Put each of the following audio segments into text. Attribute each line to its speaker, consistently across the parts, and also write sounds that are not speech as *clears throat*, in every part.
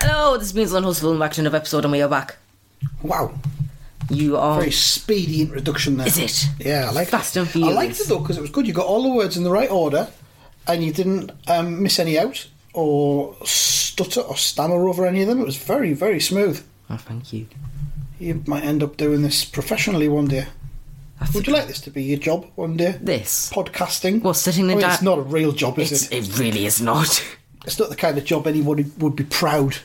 Speaker 1: Hello, this is Beans on Hustle and back to another episode, and we are back.
Speaker 2: Wow.
Speaker 1: You are.
Speaker 2: Very speedy introduction there.
Speaker 1: Oh. Is it?
Speaker 2: Yeah, I like
Speaker 1: Fast
Speaker 2: it.
Speaker 1: and furious.
Speaker 2: I liked it though because it was good. You got all the words in the right order, and you didn't um, miss any out or stutter or stammer over any of them. It was very, very smooth.
Speaker 1: Oh, thank you.
Speaker 2: You might end up doing this professionally one day.
Speaker 1: I
Speaker 2: Would
Speaker 1: think
Speaker 2: you like this to be your job one day?
Speaker 1: this?
Speaker 2: Podcasting.
Speaker 1: Well, sitting
Speaker 2: I
Speaker 1: in
Speaker 2: mean,
Speaker 1: di-
Speaker 2: it's not a real job, is
Speaker 1: It's,
Speaker 2: it?
Speaker 1: it really is
Speaker 2: *laughs*
Speaker 1: not.
Speaker 2: It's not the kind of job anyone would be proud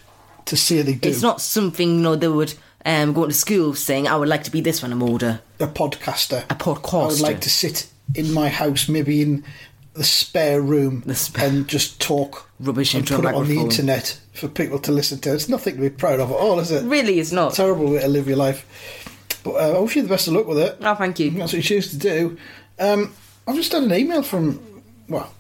Speaker 2: to say they do.
Speaker 1: It's not something you know they would um, go to school saying, "I would like to be this when I'm older."
Speaker 2: a podcaster.
Speaker 1: A podcaster.
Speaker 2: I would like to sit in my house, maybe in the spare room,
Speaker 1: The spare-
Speaker 2: and just talk
Speaker 1: Rubbish
Speaker 2: and
Speaker 1: into a
Speaker 2: put it on the
Speaker 1: microphone.
Speaker 2: internet for people to listen to. It's nothing to be proud of at all, is it?
Speaker 1: Really is not.
Speaker 2: Terrible way to live your life. But uh, I wish you the best of luck with it.
Speaker 1: Oh, thank you.
Speaker 2: That's what you choose to do. Um, I've just had an email from, well,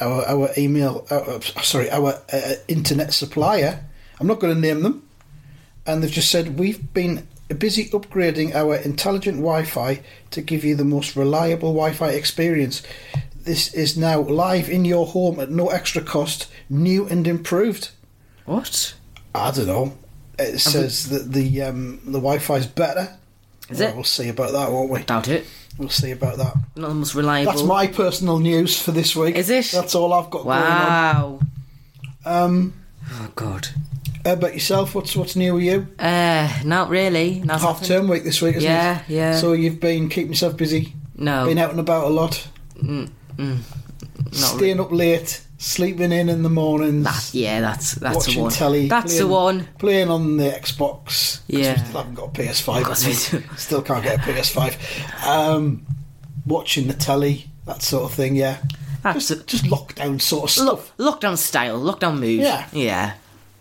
Speaker 2: our, our email, uh, sorry, our uh, internet supplier. I'm not going to name them. And they've just said, we've been busy upgrading our intelligent Wi Fi to give you the most reliable Wi Fi experience. This is now live in your home at no extra cost, new and improved.
Speaker 1: What?
Speaker 2: I don't know. It says that the um, the Wi Fi is better.
Speaker 1: Is
Speaker 2: Well,
Speaker 1: it?
Speaker 2: We'll see about that, won't we?
Speaker 1: Doubt it.
Speaker 2: We'll see about that.
Speaker 1: Not the most reliable.
Speaker 2: That's my personal news for this week.
Speaker 1: Is it?
Speaker 2: That's all I've got
Speaker 1: Wow.
Speaker 2: going on. Um,
Speaker 1: Oh God.
Speaker 2: how about yourself, what's what's new with you?
Speaker 1: Uh, not really. Not
Speaker 2: Half
Speaker 1: nothing.
Speaker 2: term week this week, isn't
Speaker 1: Yeah, Oh.
Speaker 2: it?
Speaker 1: yeah.
Speaker 2: So you've been keeping yourself busy,
Speaker 1: No.
Speaker 2: been out and about a lot,
Speaker 1: Mm, not re-
Speaker 2: staying up late, sleeping in in the mornings,
Speaker 1: that, yeah, that's that's
Speaker 2: watching
Speaker 1: the one.
Speaker 2: telly.
Speaker 1: that's the
Speaker 2: playing-
Speaker 1: one.
Speaker 2: Playing on the Xbox. 'cause
Speaker 1: Yeah.
Speaker 2: We still haven't got a PS5.
Speaker 1: Because we do.
Speaker 2: *laughs* Still can't get a PS5. Um, watching the telly, that sort of thing, yeah.
Speaker 1: That's
Speaker 2: Just, just lockdown sort of stuff.
Speaker 1: look, lockdown style, lockdown move.
Speaker 2: Yeah.
Speaker 1: yeah,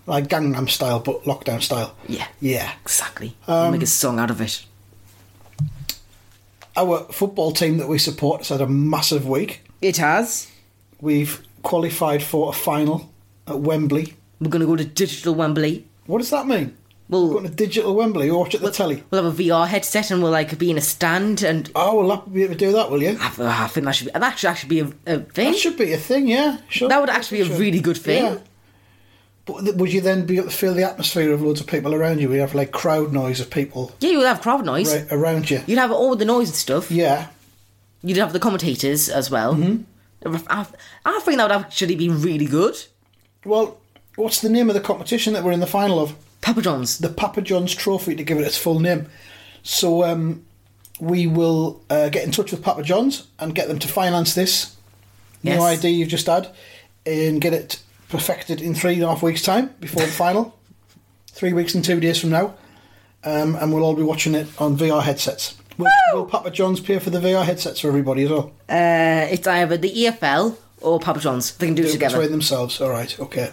Speaker 2: like Gangnam style, but lockdown style.
Speaker 1: yeah.
Speaker 2: Yeah.
Speaker 1: Exactly. We'll
Speaker 2: Um,
Speaker 1: make a song out of it.
Speaker 2: Our football team that we support has had a massive week.
Speaker 1: It has.
Speaker 2: We've qualified for a final at Wembley.
Speaker 1: We're gonna go to digital Wembley.
Speaker 2: What does that mean?
Speaker 1: We'll
Speaker 2: Going to digital Wembley or watch it at the telly?
Speaker 1: we'll have a VR headset and we'll like be in a stand and
Speaker 2: Oh, will that be able to do that, will you?
Speaker 1: I, I think that should be that should actually be a, a thing.
Speaker 2: That should be a thing, yeah. Sure.
Speaker 1: That would actually be a
Speaker 2: Sure.
Speaker 1: really good thing.
Speaker 2: Yeah. But th- would you then be able to feel the atmosphere of loads of people around you? We'd have like crowd noise of people
Speaker 1: Yeah, you'd have crowd noise.
Speaker 2: right around you.
Speaker 1: You'd have all the noise and stuff.
Speaker 2: Yeah. Mm-hmm.
Speaker 1: You'd have the commentators as well. I, I think that would actually be really good.
Speaker 2: Well, what's the name of the competition that we're in the final of?
Speaker 1: Papa John's.
Speaker 2: the Papa John's Trophy to give it its full name. So um, we will uh, get in touch with Papa John's and get them to finance this
Speaker 1: Yes.
Speaker 2: new idea you've just had and get it perfected in three and a half weeks' time before the final. Three weeks and two days from now. Um, and we'll all be watching it on VR headsets. Will, will Papa John's pay for the VR headsets for everybody as well?
Speaker 1: Uh, it's either the EFL or Papa John's. They can do it together.
Speaker 2: Between themselves. All right, okay.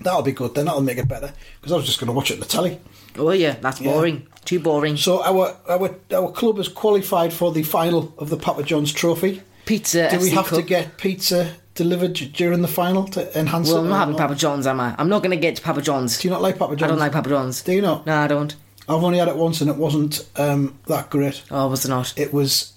Speaker 2: That'll be good then. That'll make it better. Because I was just going to watch it on the telly.
Speaker 1: Oh yeah, that's boring. Too boring.
Speaker 2: So our our our club has qualified for the final of the Papa John's Trophy.
Speaker 1: Pizza.
Speaker 2: Do we
Speaker 1: FC
Speaker 2: have
Speaker 1: Cup.
Speaker 2: to get pizza delivered d- during the final to enhance
Speaker 1: Well,
Speaker 2: it?
Speaker 1: I'm
Speaker 2: or
Speaker 1: not having
Speaker 2: not?
Speaker 1: Papa John's, am I? I'm not going to get to Papa John's.
Speaker 2: Do you not like Papa John's?
Speaker 1: I don't like Papa John's.
Speaker 2: Do you not?
Speaker 1: No, I don't.
Speaker 2: I've only had it once and it wasn't um, that great.
Speaker 1: Oh, was it not?
Speaker 2: It was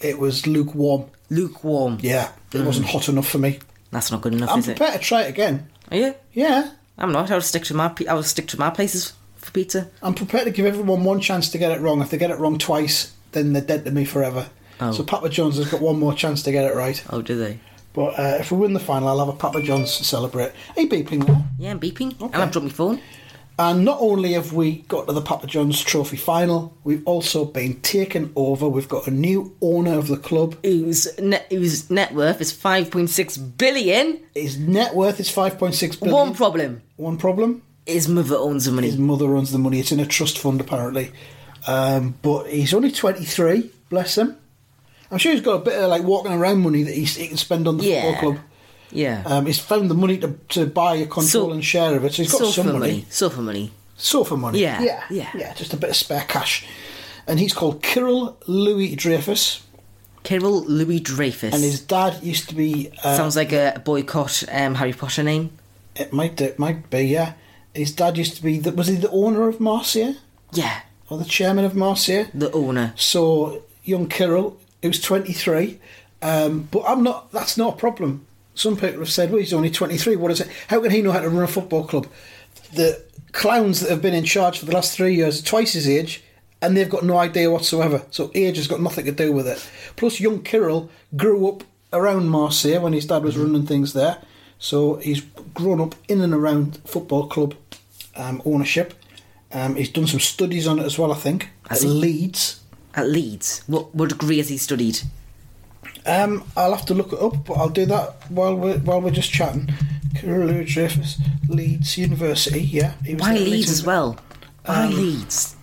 Speaker 2: it was lukewarm.
Speaker 1: Lukewarm.
Speaker 2: Yeah, it wasn't hot enough for me.
Speaker 1: That's not good enough,
Speaker 2: I'm
Speaker 1: Mm. is it?
Speaker 2: prepared to try it again.
Speaker 1: Are you?
Speaker 2: Yeah,
Speaker 1: I'm not. I'll stick to my. Pe- I'll stick to my places for pizza.
Speaker 2: I'm prepared to give everyone one chance to get it wrong. If they get it wrong twice, then they're dead to me forever.
Speaker 1: Oh.
Speaker 2: So Papa John's has got one more chance to get it right.
Speaker 1: Oh, do they?
Speaker 2: But uh, if we win the final, I'll have a Papa John's to celebrate. Hey, beeping there.
Speaker 1: Yeah, I'm beeping, and
Speaker 2: Okay.
Speaker 1: I've dropped my phone.
Speaker 2: And not only have we got to the Papa John's Trophy final, we've also been taken over. We've got a new owner of the club.
Speaker 1: Whose net, whose net worth is 5.6 billion?
Speaker 2: His net worth is 5.6 billion.
Speaker 1: One problem:
Speaker 2: One problem?
Speaker 1: his mother owns the money.
Speaker 2: His mother runs the money. It's in a trust fund, apparently. Um, but he's only 23, bless him. I'm sure he's got a bit of like walking around money that he's, he can spend on the
Speaker 1: Yeah.
Speaker 2: football club.
Speaker 1: yeah.
Speaker 2: Um, he's found the money to, to buy a control
Speaker 1: So-
Speaker 2: and share of it, so he's got
Speaker 1: Sofa
Speaker 2: some
Speaker 1: money.
Speaker 2: money.
Speaker 1: Sofa money.
Speaker 2: Sofa money.
Speaker 1: Yeah,
Speaker 2: Yeah.
Speaker 1: yeah.
Speaker 2: Just a bit of spare cash. And he's called Kirill Louis Dreyfus.
Speaker 1: Kirill Louis Dreyfus.
Speaker 2: And his dad used to be. Uh,
Speaker 1: Sounds like a boycott um, Harry Potter name.
Speaker 2: it might it might be, yeah. His dad used to be. The, was he the owner of Marcia?
Speaker 1: Yeah,
Speaker 2: Or the chairman of Marcia?
Speaker 1: the owner.
Speaker 2: So, young Kirill, who's 23. Um, but I'm not. That's not a problem. Some people have said, well, he's only 23. What is it? How can he know how to run a football club? the clowns that have been in charge for the last three years are twice his age, and they've got no idea whatsoever. So age has got nothing to do with it. Plus, young Kirill grew up around Marseille when his dad was
Speaker 1: Mm-hmm.
Speaker 2: running things there, so he's grown up in and around football club um, ownership. Um, he's done some studies on it as well, I think.
Speaker 1: Has
Speaker 2: at
Speaker 1: he?
Speaker 2: Leeds.
Speaker 1: At Leeds, what what degree has he studied?
Speaker 2: Um, I'll have to look it up, but I'll do that while we're while we're just chatting. Kirill Dreyfus, Leeds University. Yeah, he Um,
Speaker 1: Why
Speaker 2: there at
Speaker 1: Leeds as
Speaker 2: University.
Speaker 1: well? Why Leeds?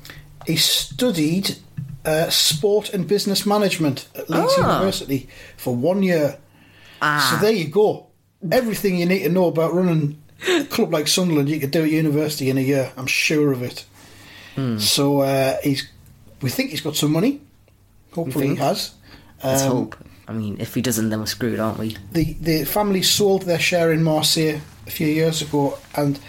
Speaker 2: He studied uh, sport and business management at Leeds
Speaker 1: Ah.
Speaker 2: University for one year.
Speaker 1: Ah,
Speaker 2: So there you go. Everything you need to know about running a club like Sunderland, you could do at university in a year. I'm sure of it.
Speaker 1: Hmm.
Speaker 2: So uh, he's, we think he's got some money. Hopefully he
Speaker 1: think?
Speaker 2: has.
Speaker 1: let's
Speaker 2: Um,
Speaker 1: hope. I mean, if he doesn't, then we're screwed, aren't we?
Speaker 2: the the family sold their share in Marseille a few years ago, and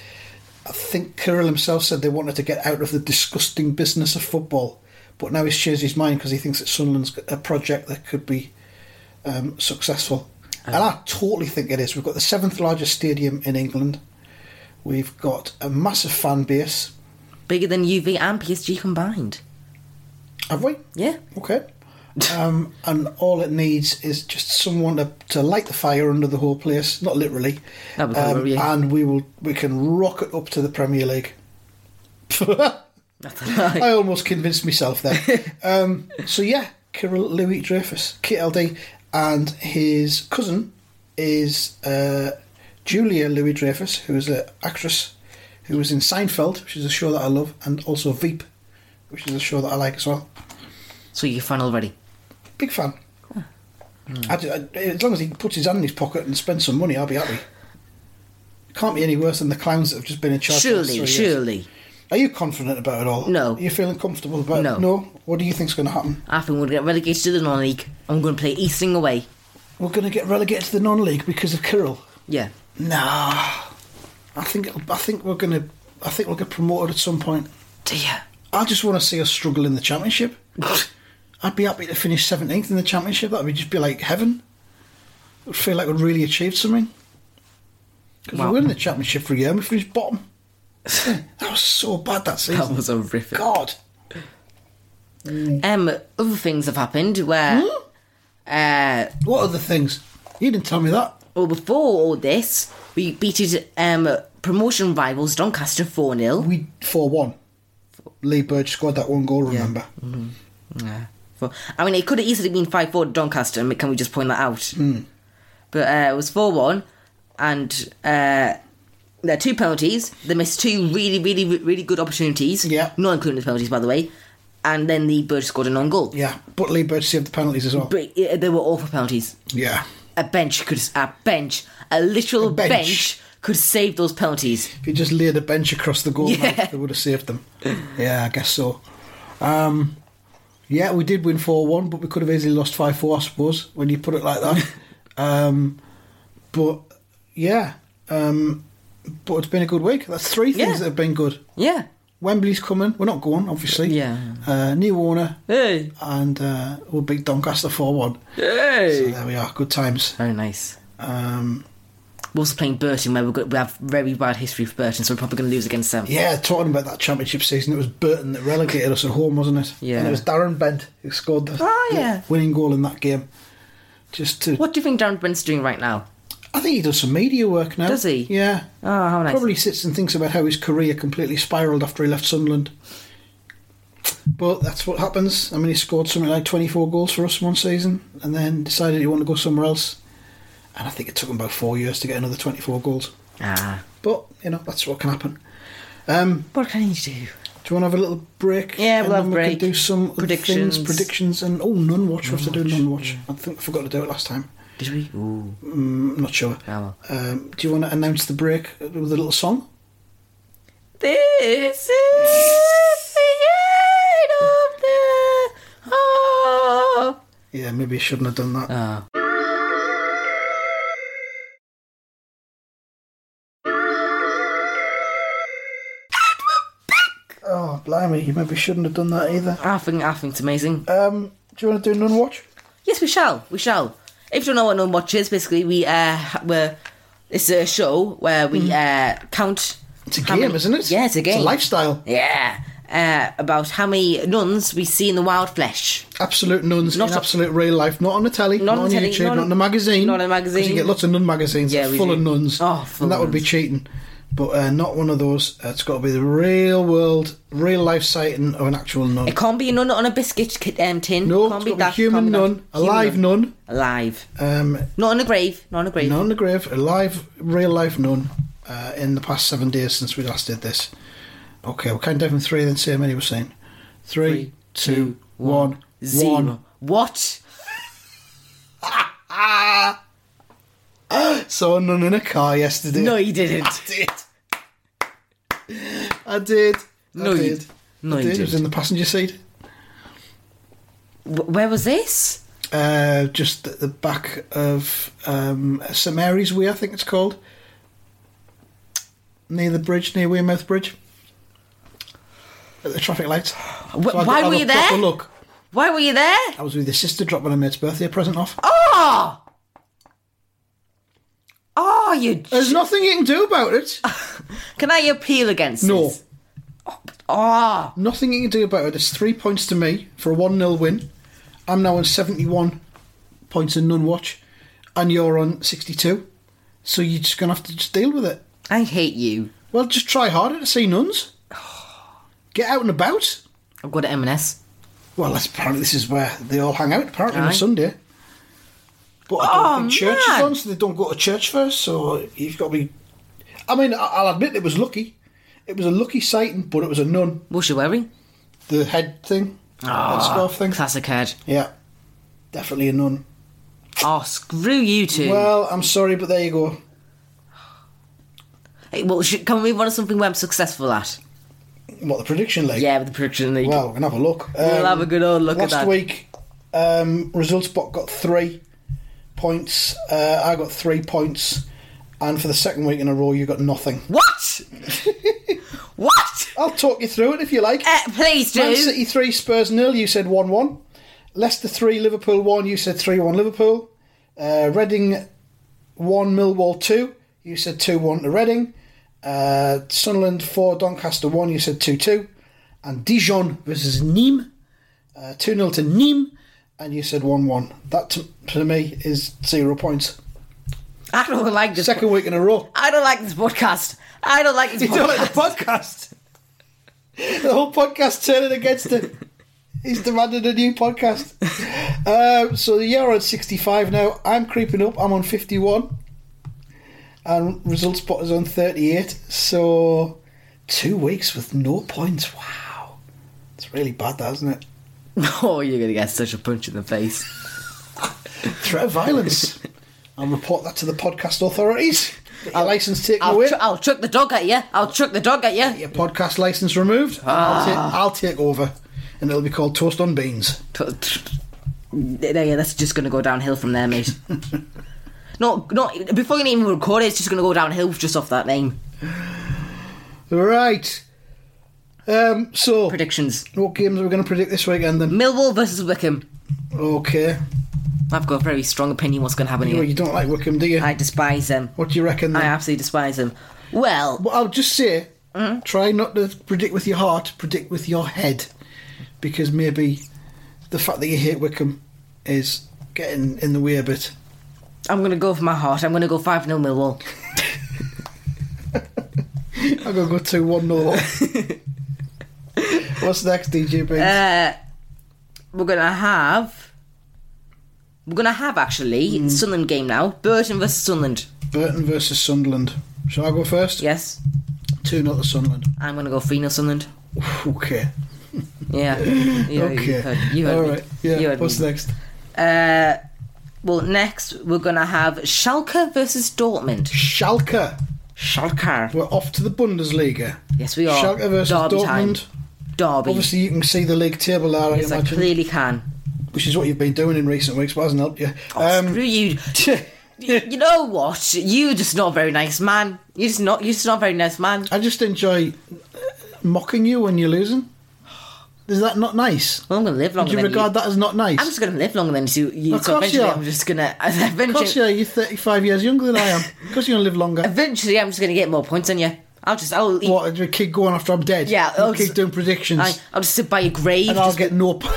Speaker 2: I think Kirill himself said they wanted to get out of the disgusting business of football. But now he's changed his mind because he thinks that Sunderland's got a project that could be um, successful, and I totally think it is. We've got the seventh largest stadium in England. We've got a massive fan base.
Speaker 1: Bigger than UV and PSG combined.
Speaker 2: Have we?
Speaker 1: Yeah.
Speaker 2: Okay. Um, and all it needs is just someone to, to light the fire under the whole place, not literally. Um,
Speaker 1: That would cover you.
Speaker 2: and we will we can rock it up to the Premier League.
Speaker 1: Nothing like-
Speaker 2: *laughs* I almost convinced
Speaker 1: *laughs*
Speaker 2: myself there. um, so yeah, Kirill Louis Dreyfus, KLD, and his cousin is uh, Julia Louis Dreyfus, who is an actress who was in Seinfeld, which is a show that I love, and also Veep, which is a show that I like as well.
Speaker 1: so you're fan already.
Speaker 2: Big fan. I ju- I- as long as he puts his hand in his pocket and spends some money, I'll be happy. Can't be any worse than the clowns that have just been in charge. for the last
Speaker 1: Surely,
Speaker 2: three years.
Speaker 1: surely.
Speaker 2: Are you confident about it all?
Speaker 1: No.
Speaker 2: Are you feeling comfortable about
Speaker 1: No.
Speaker 2: it? No. What do you think's going to happen?
Speaker 1: I think we'll get relegated to the non-league. I'm going to play Easting away.
Speaker 2: We're going to get relegated to the non-league because of Kirill.
Speaker 1: Yeah.
Speaker 2: No. I think it'll, I think we're going to I think we'll get promoted at some point. *laughs*
Speaker 1: Dear.
Speaker 2: I just want to see us struggle in the championship. I'd be happy to finish 17th in the championship. That would just be like heaven. It would feel like we'd really achieved something. Because
Speaker 1: Wow.
Speaker 2: we were in the championship for a year and we
Speaker 1: *laughs*
Speaker 2: finished bottom. that was so bad that season.
Speaker 1: That was horrific.
Speaker 2: God.
Speaker 1: Um, other things have happened where,
Speaker 2: Hmm?
Speaker 1: uh,
Speaker 2: What other things? You didn't tell me that.
Speaker 1: well, before all this, we beated um promotion rivals Doncaster four 0
Speaker 2: We 4 1. Lee Burge scored that one goal, remember?
Speaker 1: Yeah. Four- I mean, it could have easily been 5 4 Doncaster. I mean, Can we just point that out?
Speaker 2: Hmm.
Speaker 1: But uh, it was 4 1, and uh, there are two penalties. They missed two really, really, re- really good opportunities.
Speaker 2: Yeah.
Speaker 1: Not including the penalties, by the way. And then the Bird scored a non goal.
Speaker 2: Yeah, but Lee Burge saved the penalties as well.
Speaker 1: But uh, they were awful penalties.
Speaker 2: yeah.
Speaker 1: A bench could. A bench. A literal
Speaker 2: bench.
Speaker 1: bench. could save those penalties.
Speaker 2: If you just laid a bench across the goal,
Speaker 1: Yeah.
Speaker 2: line, they would have saved them. Yeah, I guess so. Um, yeah, we did win 4 1, but we could have easily lost 5 4, I suppose, when you put it
Speaker 1: *laughs*
Speaker 2: like that. um, but yeah, um, but it's been a good week. That's three things
Speaker 1: Yeah.
Speaker 2: that have been good.
Speaker 1: Yeah.
Speaker 2: Wembley's coming. We're not going, obviously.
Speaker 1: Yeah.
Speaker 2: Uh, New Warner
Speaker 1: Hey.
Speaker 2: and uh, we'll beat Doncaster 4 1. So
Speaker 1: Hey.
Speaker 2: there we are. Good times.
Speaker 1: Very nice.
Speaker 2: Um,
Speaker 1: We're also playing Burton, where we've got, we have very bad history for Burton, so we're probably going to lose against them.
Speaker 2: Yeah, talking about that championship season, it was Burton that relegated us at home, wasn't it?
Speaker 1: Yeah.
Speaker 2: And it was Darren Bent who scored the,
Speaker 1: Oh,
Speaker 2: the
Speaker 1: yeah.
Speaker 2: winning goal in that game. Just to,
Speaker 1: What do you think Darren Brent's doing right now?
Speaker 2: I think he does some media work now.
Speaker 1: Does he?
Speaker 2: Yeah.
Speaker 1: Oh, how nice.
Speaker 2: Probably sits and thinks about how his career completely spiralled after he left Sunderland. But that's what happens. I mean, he scored something like 24 goals for us one season and then decided he wanted to go somewhere else. And I think it took him about four years to get another 24 goals.
Speaker 1: Ah.
Speaker 2: But, you know, that's what can happen.
Speaker 1: What can you do?
Speaker 2: Do you want to have a little break?
Speaker 1: Yeah, we'll
Speaker 2: and
Speaker 1: have
Speaker 2: then
Speaker 1: a break.
Speaker 2: We can do some other
Speaker 1: Predictions.
Speaker 2: things, predictions, and oh, nun watch. We have to do nun watch. I think I forgot to do it last time.
Speaker 1: Did we? Ooh.
Speaker 2: Mm, I'm not sure.
Speaker 1: Ah, well.
Speaker 2: Um, do you want to announce the break with a little song?
Speaker 1: This is the end of the. Oh.
Speaker 2: Yeah, maybe I shouldn't have done that.
Speaker 1: Ah.
Speaker 2: Oh, blimey, you maybe shouldn't have done that either.
Speaker 1: I think I think it's amazing.
Speaker 2: Um, do you want to do nun watch?
Speaker 1: Yes, we shall. We shall. If you don't know what None Watch is, basically we uh we're Mm. it's a show where we uh count
Speaker 2: It's a
Speaker 1: how
Speaker 2: game,
Speaker 1: many-
Speaker 2: isn't it?
Speaker 1: Yeah, it's a game.
Speaker 2: It's a lifestyle.
Speaker 1: Yeah. Uh, about how many nuns we see in the wild flesh.
Speaker 2: Absolute nuns
Speaker 1: Not
Speaker 2: in
Speaker 1: a-
Speaker 2: absolute real life. Not on the telly, not,
Speaker 1: on
Speaker 2: on
Speaker 1: the telly,
Speaker 2: YouTube,
Speaker 1: not
Speaker 2: not,
Speaker 1: on-
Speaker 2: in a magazine.
Speaker 1: not in a
Speaker 2: 'Cause
Speaker 1: magazine.
Speaker 2: You get lots of nun magazines
Speaker 1: Yeah,
Speaker 2: that's
Speaker 1: we
Speaker 2: full
Speaker 1: do.
Speaker 2: of nuns.
Speaker 1: Oh, full
Speaker 2: and that
Speaker 1: of
Speaker 2: would be
Speaker 1: nuns.
Speaker 2: cheating. But uh, not one of those. Uh, it's got to be the real world, real life sighting of an actual nun.
Speaker 1: It can't be a nun on a biscuit ki- um, tin.
Speaker 2: No,
Speaker 1: can't
Speaker 2: it's got to be
Speaker 1: that,
Speaker 2: human
Speaker 1: can't be that.
Speaker 2: nun, a live nun.
Speaker 1: Alive.
Speaker 2: Um,
Speaker 1: Not on a grave. Not on a grave.
Speaker 2: None the grave, a live, real life nun uh, in the past seven days since we last did this. Okay, we'll count down from three, then see how many we're saying. Three,
Speaker 1: Three,
Speaker 2: two,
Speaker 1: two,
Speaker 2: one, one.
Speaker 1: Zero. What?
Speaker 2: Ah. *gasps* Saw a nun in a car yesterday.
Speaker 1: No, you didn't.
Speaker 2: *laughs* I did. I did.
Speaker 1: No,
Speaker 2: I
Speaker 1: you-
Speaker 2: did.
Speaker 1: no,
Speaker 2: I
Speaker 1: you
Speaker 2: did. It was
Speaker 1: didn't.
Speaker 2: in the passenger seat.
Speaker 1: Wh- Where was this?
Speaker 2: Uh, just at the back of um, St Mary's Way, I think it's called. Near the bridge, near Weymouth Bridge. At the traffic lights. So I
Speaker 1: why
Speaker 2: got- I
Speaker 1: were you
Speaker 2: got proper
Speaker 1: there?
Speaker 2: Look,
Speaker 1: Why were you there?
Speaker 2: I was with his sister dropping her mate's birthday present off.
Speaker 1: Oh! Oh, you. j-
Speaker 2: There's nothing you can do
Speaker 1: *laughs*
Speaker 2: about it.
Speaker 1: Oh, Can I appeal against
Speaker 2: No,
Speaker 1: this? Oh,
Speaker 2: nothing you can do about it. It's three points to me for a 1 0 win. I'm now on 71 points in none watch, and you're on 62. So you're just going to have to just deal with it.
Speaker 1: I hate you.
Speaker 2: Well, just try harder to see nuns. *sighs* Get out and about.
Speaker 1: I've got an M&S.
Speaker 2: Well, that's apparently this is where they all hang out. Apparently on a
Speaker 1: Aye.
Speaker 2: Sunday. But I don't
Speaker 1: Oh,
Speaker 2: think church is
Speaker 1: man.
Speaker 2: on, so they don't go to church first. So you've got to be. I mean, I- I'll admit it was lucky. It was a lucky sighting, but it was a nun.
Speaker 1: What's she wearing?
Speaker 2: The head thing,
Speaker 1: Ah.
Speaker 2: head scarf thing.
Speaker 1: Classic head.
Speaker 2: Yeah, definitely a nun.
Speaker 1: Oh, screw you two.
Speaker 2: Well, I'm sorry, but there you go.
Speaker 1: Hey, well, should, can we move on to something where I'm successful at?
Speaker 2: What the prediction league?
Speaker 1: Yeah, with the prediction league.
Speaker 2: Well, we can have a look. Um,
Speaker 1: We'll have a good old look at
Speaker 2: last
Speaker 1: that.
Speaker 2: week, um, ResultsBot got three points. Uh, I got three points, and for the second week in a row, you got nothing. *laughs*
Speaker 1: What? what?
Speaker 2: I'll talk you through it if you like.
Speaker 1: Uh, please do.
Speaker 2: Man City three, Spurs nil. You said one one. Leicester three, Liverpool one. You said three one Liverpool. Uh, Reading one, Millwall two. You said two one to Reading. Uh, Sunderland four, Doncaster one. You said two two. And Dijon versus Nîmes, uh, two 0 to Nîmes. And you said one one. That to, to me is zero points.
Speaker 1: I don't like this.
Speaker 2: Second week in a row.
Speaker 1: I don't like this podcast. I don't like this
Speaker 2: You
Speaker 1: podcast.
Speaker 2: don't like the podcast. The whole podcast turning against him. He's demanded a new podcast. Um, so you're on 65 now. I'm creeping up. I'm on 51. And result spot is on 38. So two weeks with no points. Wow. It's really bad, that, isn't it?
Speaker 1: *laughs* oh, you're going to get such a punch in the
Speaker 2: *laughs*
Speaker 1: face.
Speaker 2: Threat of violence.
Speaker 1: *laughs*
Speaker 2: I'll report that to the podcast authorities. Get your license taken
Speaker 1: I'll,
Speaker 2: away.
Speaker 1: tr- I'll chuck the dog at you. I'll chuck the dog at you.
Speaker 2: your podcast license removed.
Speaker 1: Ah.
Speaker 2: I'll, ta- I'll take over, and it'll be called Toast on Beans.
Speaker 1: T- t- Yeah, yeah, that's just going to go downhill from there,
Speaker 2: *laughs*
Speaker 1: mate. not, not before you even record it. It's just going to go downhill just off that name.
Speaker 2: Right. Um. So,
Speaker 1: Predictions:
Speaker 2: what games are we going to predict this weekend then?
Speaker 1: Millwall versus Wickham.
Speaker 2: Okay.
Speaker 1: I've got a very strong opinion what's going to happen
Speaker 2: You,
Speaker 1: here.
Speaker 2: you don't like Wickham, do you?
Speaker 1: I despise them.
Speaker 2: what do you reckon?
Speaker 1: I
Speaker 2: Then?
Speaker 1: absolutely despise them. Well,
Speaker 2: Well, I'll just say,
Speaker 1: Mm-hmm.
Speaker 2: try not to predict with your heart. Predict with your head, because maybe the fact that you hate Wickham is getting in the way a bit. *laughs*
Speaker 1: I'm going to go for my heart. I'm going to go 5 0 Millwall.
Speaker 2: I'm gonna go two
Speaker 1: *laughs*
Speaker 2: one nil. What's next, DJ Beans?
Speaker 1: Uh, we're going to have. We're going to have actually
Speaker 2: Mm.
Speaker 1: Sunderland game now. Burton versus Sunderland.
Speaker 2: Burton versus Sunderland. Shall I go first?
Speaker 1: Yes.
Speaker 2: 2 0 to Sunderland.
Speaker 1: I'm going to go 3 0 Sunderland.
Speaker 2: Okay. *laughs*
Speaker 1: Yeah. You,
Speaker 2: okay.
Speaker 1: You heard, you heard
Speaker 2: All
Speaker 1: me.
Speaker 2: right. Yeah.
Speaker 1: You heard
Speaker 2: What's
Speaker 1: me.
Speaker 2: next?
Speaker 1: Uh, well, next we're going to have Schalke versus Dortmund.
Speaker 2: Schalke.
Speaker 1: Schalke.
Speaker 2: We're off to the Bundesliga.
Speaker 1: Yes, we are.
Speaker 2: Schalke versus
Speaker 1: Derby
Speaker 2: Dortmund.
Speaker 1: time. Derby.
Speaker 2: Obviously, you can see the league table there, I
Speaker 1: yes, I
Speaker 2: imagine,
Speaker 1: clearly can.
Speaker 2: which is what you've been doing in recent weeks, but hasn't helped you.
Speaker 1: Oh,
Speaker 2: *laughs*
Speaker 1: screw you.
Speaker 2: Um,
Speaker 1: You know what? You're just not a very nice man. You're just not. You're just not a very nice man.
Speaker 2: I just enjoy uh, mocking you when you're losing. Is that not nice?
Speaker 1: Well, I'm gonna live
Speaker 2: Do
Speaker 1: longer
Speaker 2: you
Speaker 1: than you.
Speaker 2: regard that as not nice?
Speaker 1: I'm just gonna live longer than you. you
Speaker 2: Of
Speaker 1: so
Speaker 2: course
Speaker 1: eventually,
Speaker 2: you are.
Speaker 1: I'm just gonna.
Speaker 2: of course,
Speaker 1: Eventually, *laughs*
Speaker 2: yeah, you're 35 years younger than I am. of course, you're going to live longer.
Speaker 1: eventually, I'm just gonna get more points than you. I'll just I'll eat,
Speaker 2: What, a kid going after I'm dead?
Speaker 1: Yeah,
Speaker 2: You
Speaker 1: I'll
Speaker 2: keep
Speaker 1: just-
Speaker 2: doing predictions.
Speaker 1: I, I'll just sit by your grave.
Speaker 2: and I'll
Speaker 1: just-
Speaker 2: get
Speaker 1: *laughs*
Speaker 2: no. p-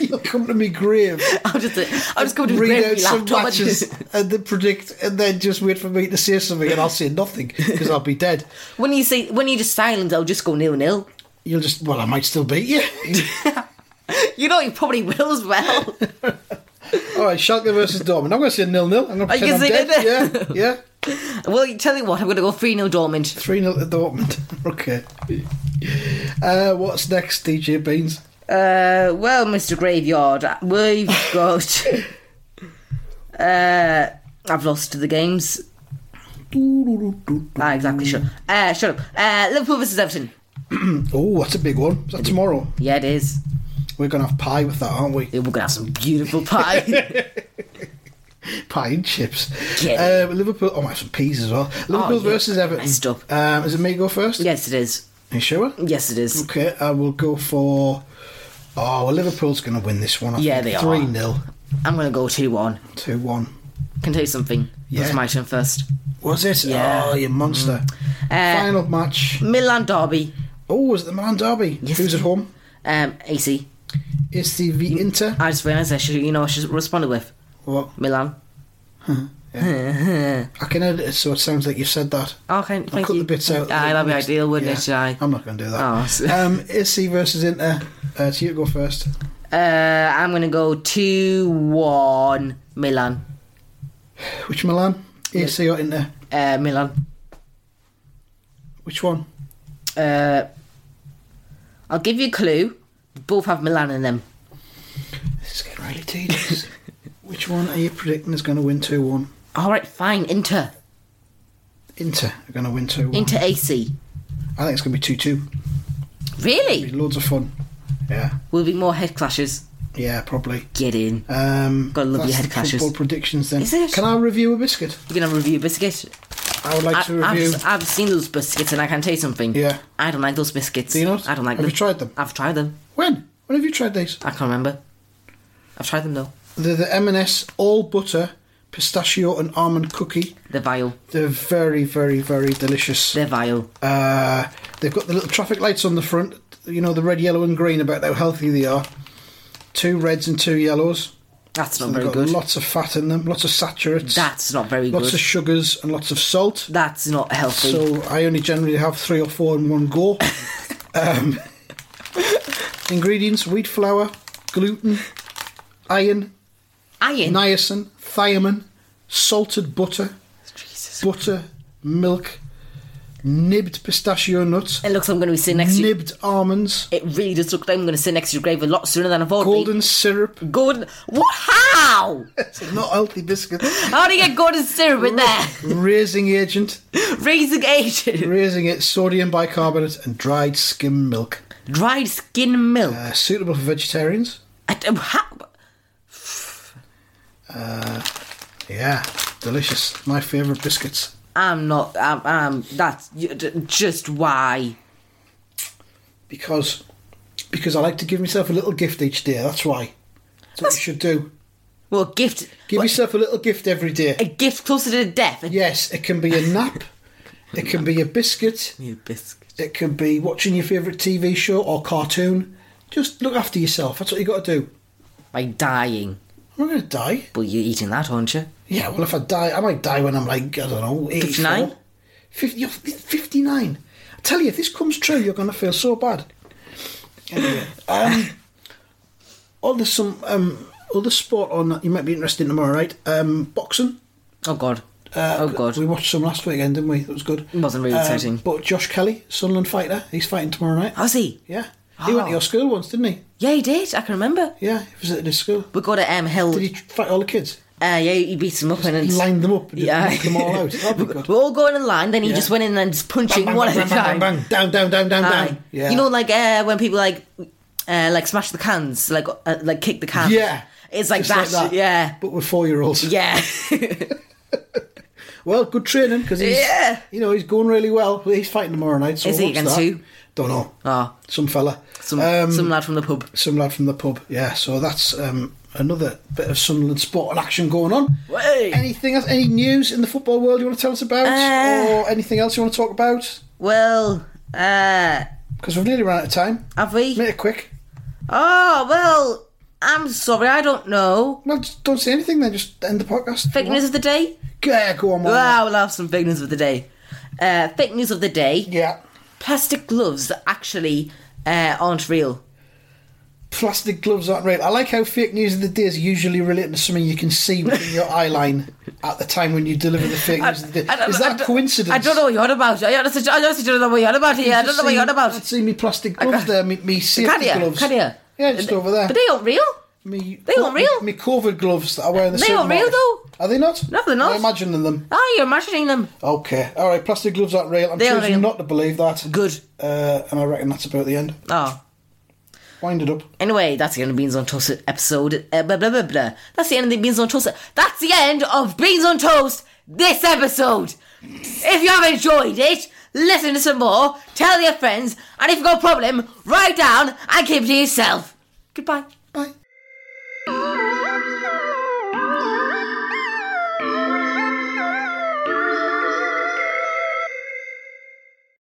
Speaker 2: You'll come to me grave.
Speaker 1: I'll just I'll just go to the
Speaker 2: read
Speaker 1: grave.
Speaker 2: out
Speaker 1: with your
Speaker 2: some
Speaker 1: laptop and
Speaker 2: matches
Speaker 1: just-
Speaker 2: and then predict, and then just wait for me to say something, and I'll say nothing because I'll be dead.
Speaker 1: When you say when you just silent, I'll just go nil nil.
Speaker 2: You'll just well, I might still beat you.
Speaker 1: *laughs* You know, you probably will as well. *laughs*
Speaker 2: All right, Schalke versus Dortmund. I'm going to say nil nil. I'm going to
Speaker 1: Are you
Speaker 2: pretend I'm
Speaker 1: gonna say
Speaker 2: dead. Yeah, yeah.
Speaker 1: well, you tell you what, I'm going to go three nil dormant.
Speaker 2: Three nil to Dortmund. *laughs* Okay. Uh, what's next, DJ Beans?
Speaker 1: Uh, well, Mr. Graveyard,
Speaker 2: *laughs*
Speaker 1: we've got. uh, I've lost the games. Not exactly sure. Uh, shut up. Uh, Liverpool versus Everton.
Speaker 2: *clears throat* Oh, that's a big one. Is that tomorrow?
Speaker 1: Yeah, it is.
Speaker 2: We're going to have pie with that, aren't we?
Speaker 1: We're going to have some
Speaker 2: *laughs*
Speaker 1: beautiful pie.
Speaker 2: Pie and chips.
Speaker 1: Yeah.
Speaker 2: Uh, Liverpool. Oh, I have some peas as well. Liverpool
Speaker 1: yeah.
Speaker 2: versus Everton.
Speaker 1: Messed up.
Speaker 2: Um, is it me go first?
Speaker 1: yes, it is.
Speaker 2: Are you sure?
Speaker 1: Yes, it is.
Speaker 2: Okay, I will go for. Oh, well, Liverpool's going to win this one. I
Speaker 1: Yeah,
Speaker 2: think.
Speaker 1: they are.
Speaker 2: 3 0,
Speaker 1: I'm going to go 2 1.
Speaker 2: 2 1.
Speaker 1: Can tell you something.
Speaker 2: Yeah.
Speaker 1: That's my turn first.
Speaker 2: Was it?
Speaker 1: Yeah. Mm.
Speaker 2: Oh, you monster.
Speaker 1: Uh,
Speaker 2: Final match.
Speaker 1: Milan Derby.
Speaker 2: Oh, is it the Milan Derby?
Speaker 1: Yes.
Speaker 2: Who's at home?
Speaker 1: Um, AC.
Speaker 2: It's the
Speaker 1: Mm.
Speaker 2: V Inter.
Speaker 1: I just realised I should, you know, I should respond with
Speaker 2: What?
Speaker 1: Milan. *laughs*
Speaker 2: I can edit it so it sounds like you said that.
Speaker 1: Okay, thank
Speaker 2: I'll cut
Speaker 1: you.
Speaker 2: the bits out.
Speaker 1: Aye, that'd be ideal, wouldn't it?
Speaker 2: Yeah.
Speaker 1: Aye.
Speaker 2: I'm not going to do that.
Speaker 1: Oh, *laughs* so-
Speaker 2: Um, *laughs* Issy versus Inter. Uh, so you go first.
Speaker 1: Uh, I'm gonna go two one Milan.
Speaker 2: Which Milan? AC or Inter?
Speaker 1: Uh, Milan.
Speaker 2: Which one?
Speaker 1: Uh, I'll give you a clue. Both have Milan in them.
Speaker 2: This is getting really *laughs* tedious. Which one are you predicting is going to win 2 1?
Speaker 1: All right, fine. Inter,
Speaker 2: Inter are going to win 2 1.
Speaker 1: Inter AC.
Speaker 2: I think it's going to be 2 2. Be
Speaker 1: Really?
Speaker 2: loads of fun. Yeah,
Speaker 1: Will be more head clashes.
Speaker 2: yeah, probably.
Speaker 1: Get in.
Speaker 2: Um,
Speaker 1: Gotta love
Speaker 2: that's
Speaker 1: your head
Speaker 2: the
Speaker 1: clashes.
Speaker 2: Football predictions then.
Speaker 1: Is it?
Speaker 2: Can I review a biscuit?
Speaker 1: You're gonna review biscuit.
Speaker 2: I would like
Speaker 1: I,
Speaker 2: to review.
Speaker 1: I've, I've seen those biscuits, and I can tell you something.
Speaker 2: Yeah.
Speaker 1: I don't like those biscuits.
Speaker 2: Do you not?
Speaker 1: I don't like
Speaker 2: Have
Speaker 1: them.
Speaker 2: you tried them?
Speaker 1: I've tried them.
Speaker 2: When? When have you tried these?
Speaker 1: I can't remember. I've tried them though.
Speaker 2: They're the M&S all butter pistachio and almond cookie.
Speaker 1: They're vile.
Speaker 2: They're very, very, very delicious.
Speaker 1: They're vile.
Speaker 2: Uh, they've got the little traffic lights on the front. You know the red, yellow, and green about how healthy they are. Two reds and two yellows.
Speaker 1: That's not
Speaker 2: And they've
Speaker 1: very
Speaker 2: got
Speaker 1: good.
Speaker 2: lots of fat in them, lots of saturates,
Speaker 1: That's not very
Speaker 2: lots
Speaker 1: good.
Speaker 2: of sugars, and lots of salt.
Speaker 1: That's not healthy.
Speaker 2: So I only generally have three or four in
Speaker 1: *laughs*
Speaker 2: one go. um, ingredients: wheat flour, gluten, iron,
Speaker 1: Iron.
Speaker 2: niacin, thiamine, salted butter,
Speaker 1: Jesus.
Speaker 2: butter, milk, nibbed pistachio nuts,
Speaker 1: It looks like I'm going to be sitting next to you.
Speaker 2: nibbed almonds,
Speaker 1: It really does look like I'm going to sit next to your grave a lot sooner than I thought.
Speaker 2: golden syrup. *laughs*
Speaker 1: Golden. What? How?
Speaker 2: Not healthy biscuits.
Speaker 1: How do you get golden syrup in
Speaker 2: *laughs*
Speaker 1: there?
Speaker 2: Raising agent,
Speaker 1: Raising agent.
Speaker 2: raising it, sodium bicarbonate, and dried skim milk.
Speaker 1: Dried skin milk.
Speaker 2: Uh, suitable for vegetarians.
Speaker 1: I don't- how-
Speaker 2: Yeah, delicious. My favourite biscuits.
Speaker 1: I'm not. I'm. I'm that's you- d- just why.
Speaker 2: because because I like to give myself a little gift each day. That's why. That's what you should do.
Speaker 1: Well, gift.
Speaker 2: Give yourself a little gift every
Speaker 1: A
Speaker 2: day.
Speaker 1: gift closer to death.
Speaker 2: Yes, it can be a nap. It can be a biscuit.
Speaker 1: New biscuit.
Speaker 2: It can be watching your favourite TV show or cartoon. Just look after yourself. That's what you got to do.
Speaker 1: By dying.
Speaker 2: I'm not going to die.
Speaker 1: But you're eating that, aren't you?
Speaker 2: Yeah, well, if I die, I might die when I'm like, I don't know, 84.
Speaker 1: 59?
Speaker 2: 50, you're 59. I tell you, if this comes true, you're going to feel so bad. Anyway, um, oh, there's some um, other sport on that you might be interested in tomorrow, right? Um, boxing.
Speaker 1: Oh God.
Speaker 2: Uh,
Speaker 1: oh God.
Speaker 2: We watched some last weekend, didn't we? That was good.
Speaker 1: It wasn't really
Speaker 2: Um,
Speaker 1: exciting.
Speaker 2: But Josh Kelly, Sunderland fighter, he's fighting tomorrow night.
Speaker 1: How's he?
Speaker 2: Yeah. He went
Speaker 1: Oh.
Speaker 2: to your school once, didn't he?
Speaker 1: Yeah, he did. I can remember.
Speaker 2: Yeah, he visited his school.
Speaker 1: We got to um, Hill.
Speaker 2: Did he fight all the kids?
Speaker 1: Uh, yeah, he beats him up and then
Speaker 2: Lined them up and
Speaker 1: Yeah.
Speaker 2: knocked
Speaker 1: *laughs*
Speaker 2: them all out. That'd be good.
Speaker 1: We're all going in line, then he
Speaker 2: Yeah.
Speaker 1: just went in and just punching
Speaker 2: Bang,
Speaker 1: one
Speaker 2: bang,
Speaker 1: at a
Speaker 2: bang, bang,
Speaker 1: time.
Speaker 2: bang, bang. Down, down, down, down,
Speaker 1: Aye.
Speaker 2: down. Yeah.
Speaker 1: You know, like uh, when people like uh, like smash the cans, like uh, like kick the cans.
Speaker 2: Yeah.
Speaker 1: it's like
Speaker 2: Just
Speaker 1: that. Yeah,
Speaker 2: But with four year olds.
Speaker 1: yeah. *laughs*
Speaker 2: Well, good training because he's,
Speaker 1: Yeah.
Speaker 2: you know, he's going really well. He's fighting tomorrow night. So
Speaker 1: Is he
Speaker 2: what's
Speaker 1: against
Speaker 2: that?
Speaker 1: who?
Speaker 2: Don't know.
Speaker 1: oh,
Speaker 2: Some fella.
Speaker 1: some
Speaker 2: Um,
Speaker 1: some lad from the pub.
Speaker 2: some lad from the pub. Yeah. So that's um, another bit of Sunderland sport and action going on.
Speaker 1: Hey.
Speaker 2: Anything else? Any news in the football world you want to tell us about,
Speaker 1: Uh,
Speaker 2: or anything else you want to talk about?
Speaker 1: Well, uh,
Speaker 2: Because we've nearly run out of time.
Speaker 1: have we?
Speaker 2: Make it quick.
Speaker 1: Oh, well, I'm sorry, I don't know.
Speaker 2: No, just don't say anything then. Just end the podcast.
Speaker 1: Fake news Ah. of the day?
Speaker 2: Yeah, go on. Wow.
Speaker 1: Wow, we'll have some fake news of the day. Uh, fake news of the day.
Speaker 2: Yeah.
Speaker 1: Plastic gloves that actually uh, aren't real.
Speaker 2: Plastic gloves aren't real. I like how fake news of the day is usually relating to something you can see
Speaker 1: *laughs*
Speaker 2: within your eye line at the time when you deliver the fake news of the
Speaker 1: I
Speaker 2: day.
Speaker 1: don't-
Speaker 2: Is
Speaker 1: I
Speaker 2: that
Speaker 1: don't-
Speaker 2: coincidence?
Speaker 1: I don't know what you're on about. I honestly, I honestly don't know what you're on about here. I don't know what you're on
Speaker 2: I
Speaker 1: about.
Speaker 2: see me plastic gloves there, me, me safety
Speaker 1: Can you?
Speaker 2: gloves.
Speaker 1: Can you?
Speaker 2: Yeah, just over there.
Speaker 1: But they aren't real.
Speaker 2: me,
Speaker 1: they aren't real.
Speaker 2: Me, me COVID gloves that I wear in the
Speaker 1: They aren't real,
Speaker 2: supermarket. Are they not?
Speaker 1: No, they're not.
Speaker 2: I'm imagining them.
Speaker 1: Ah, you're imagining them.
Speaker 2: Okay. All right. Plastic gloves aren't real. I'm
Speaker 1: They are
Speaker 2: choosing
Speaker 1: real.
Speaker 2: not to believe that.
Speaker 1: Good.
Speaker 2: Uh, and I reckon that's about the end.
Speaker 1: Oh.
Speaker 2: Wind it up.
Speaker 1: Anyway, that's the end of Beans on Toast episode. Uh, blah, blah, blah, blah. That's the end of the Beans on Toast. That's the end of Beans on Toast this episode. If you have enjoyed it, listen to some more, tell your friends, and if you've got a problem, write down and keep it to yourself. Goodbye.
Speaker 2: Bye.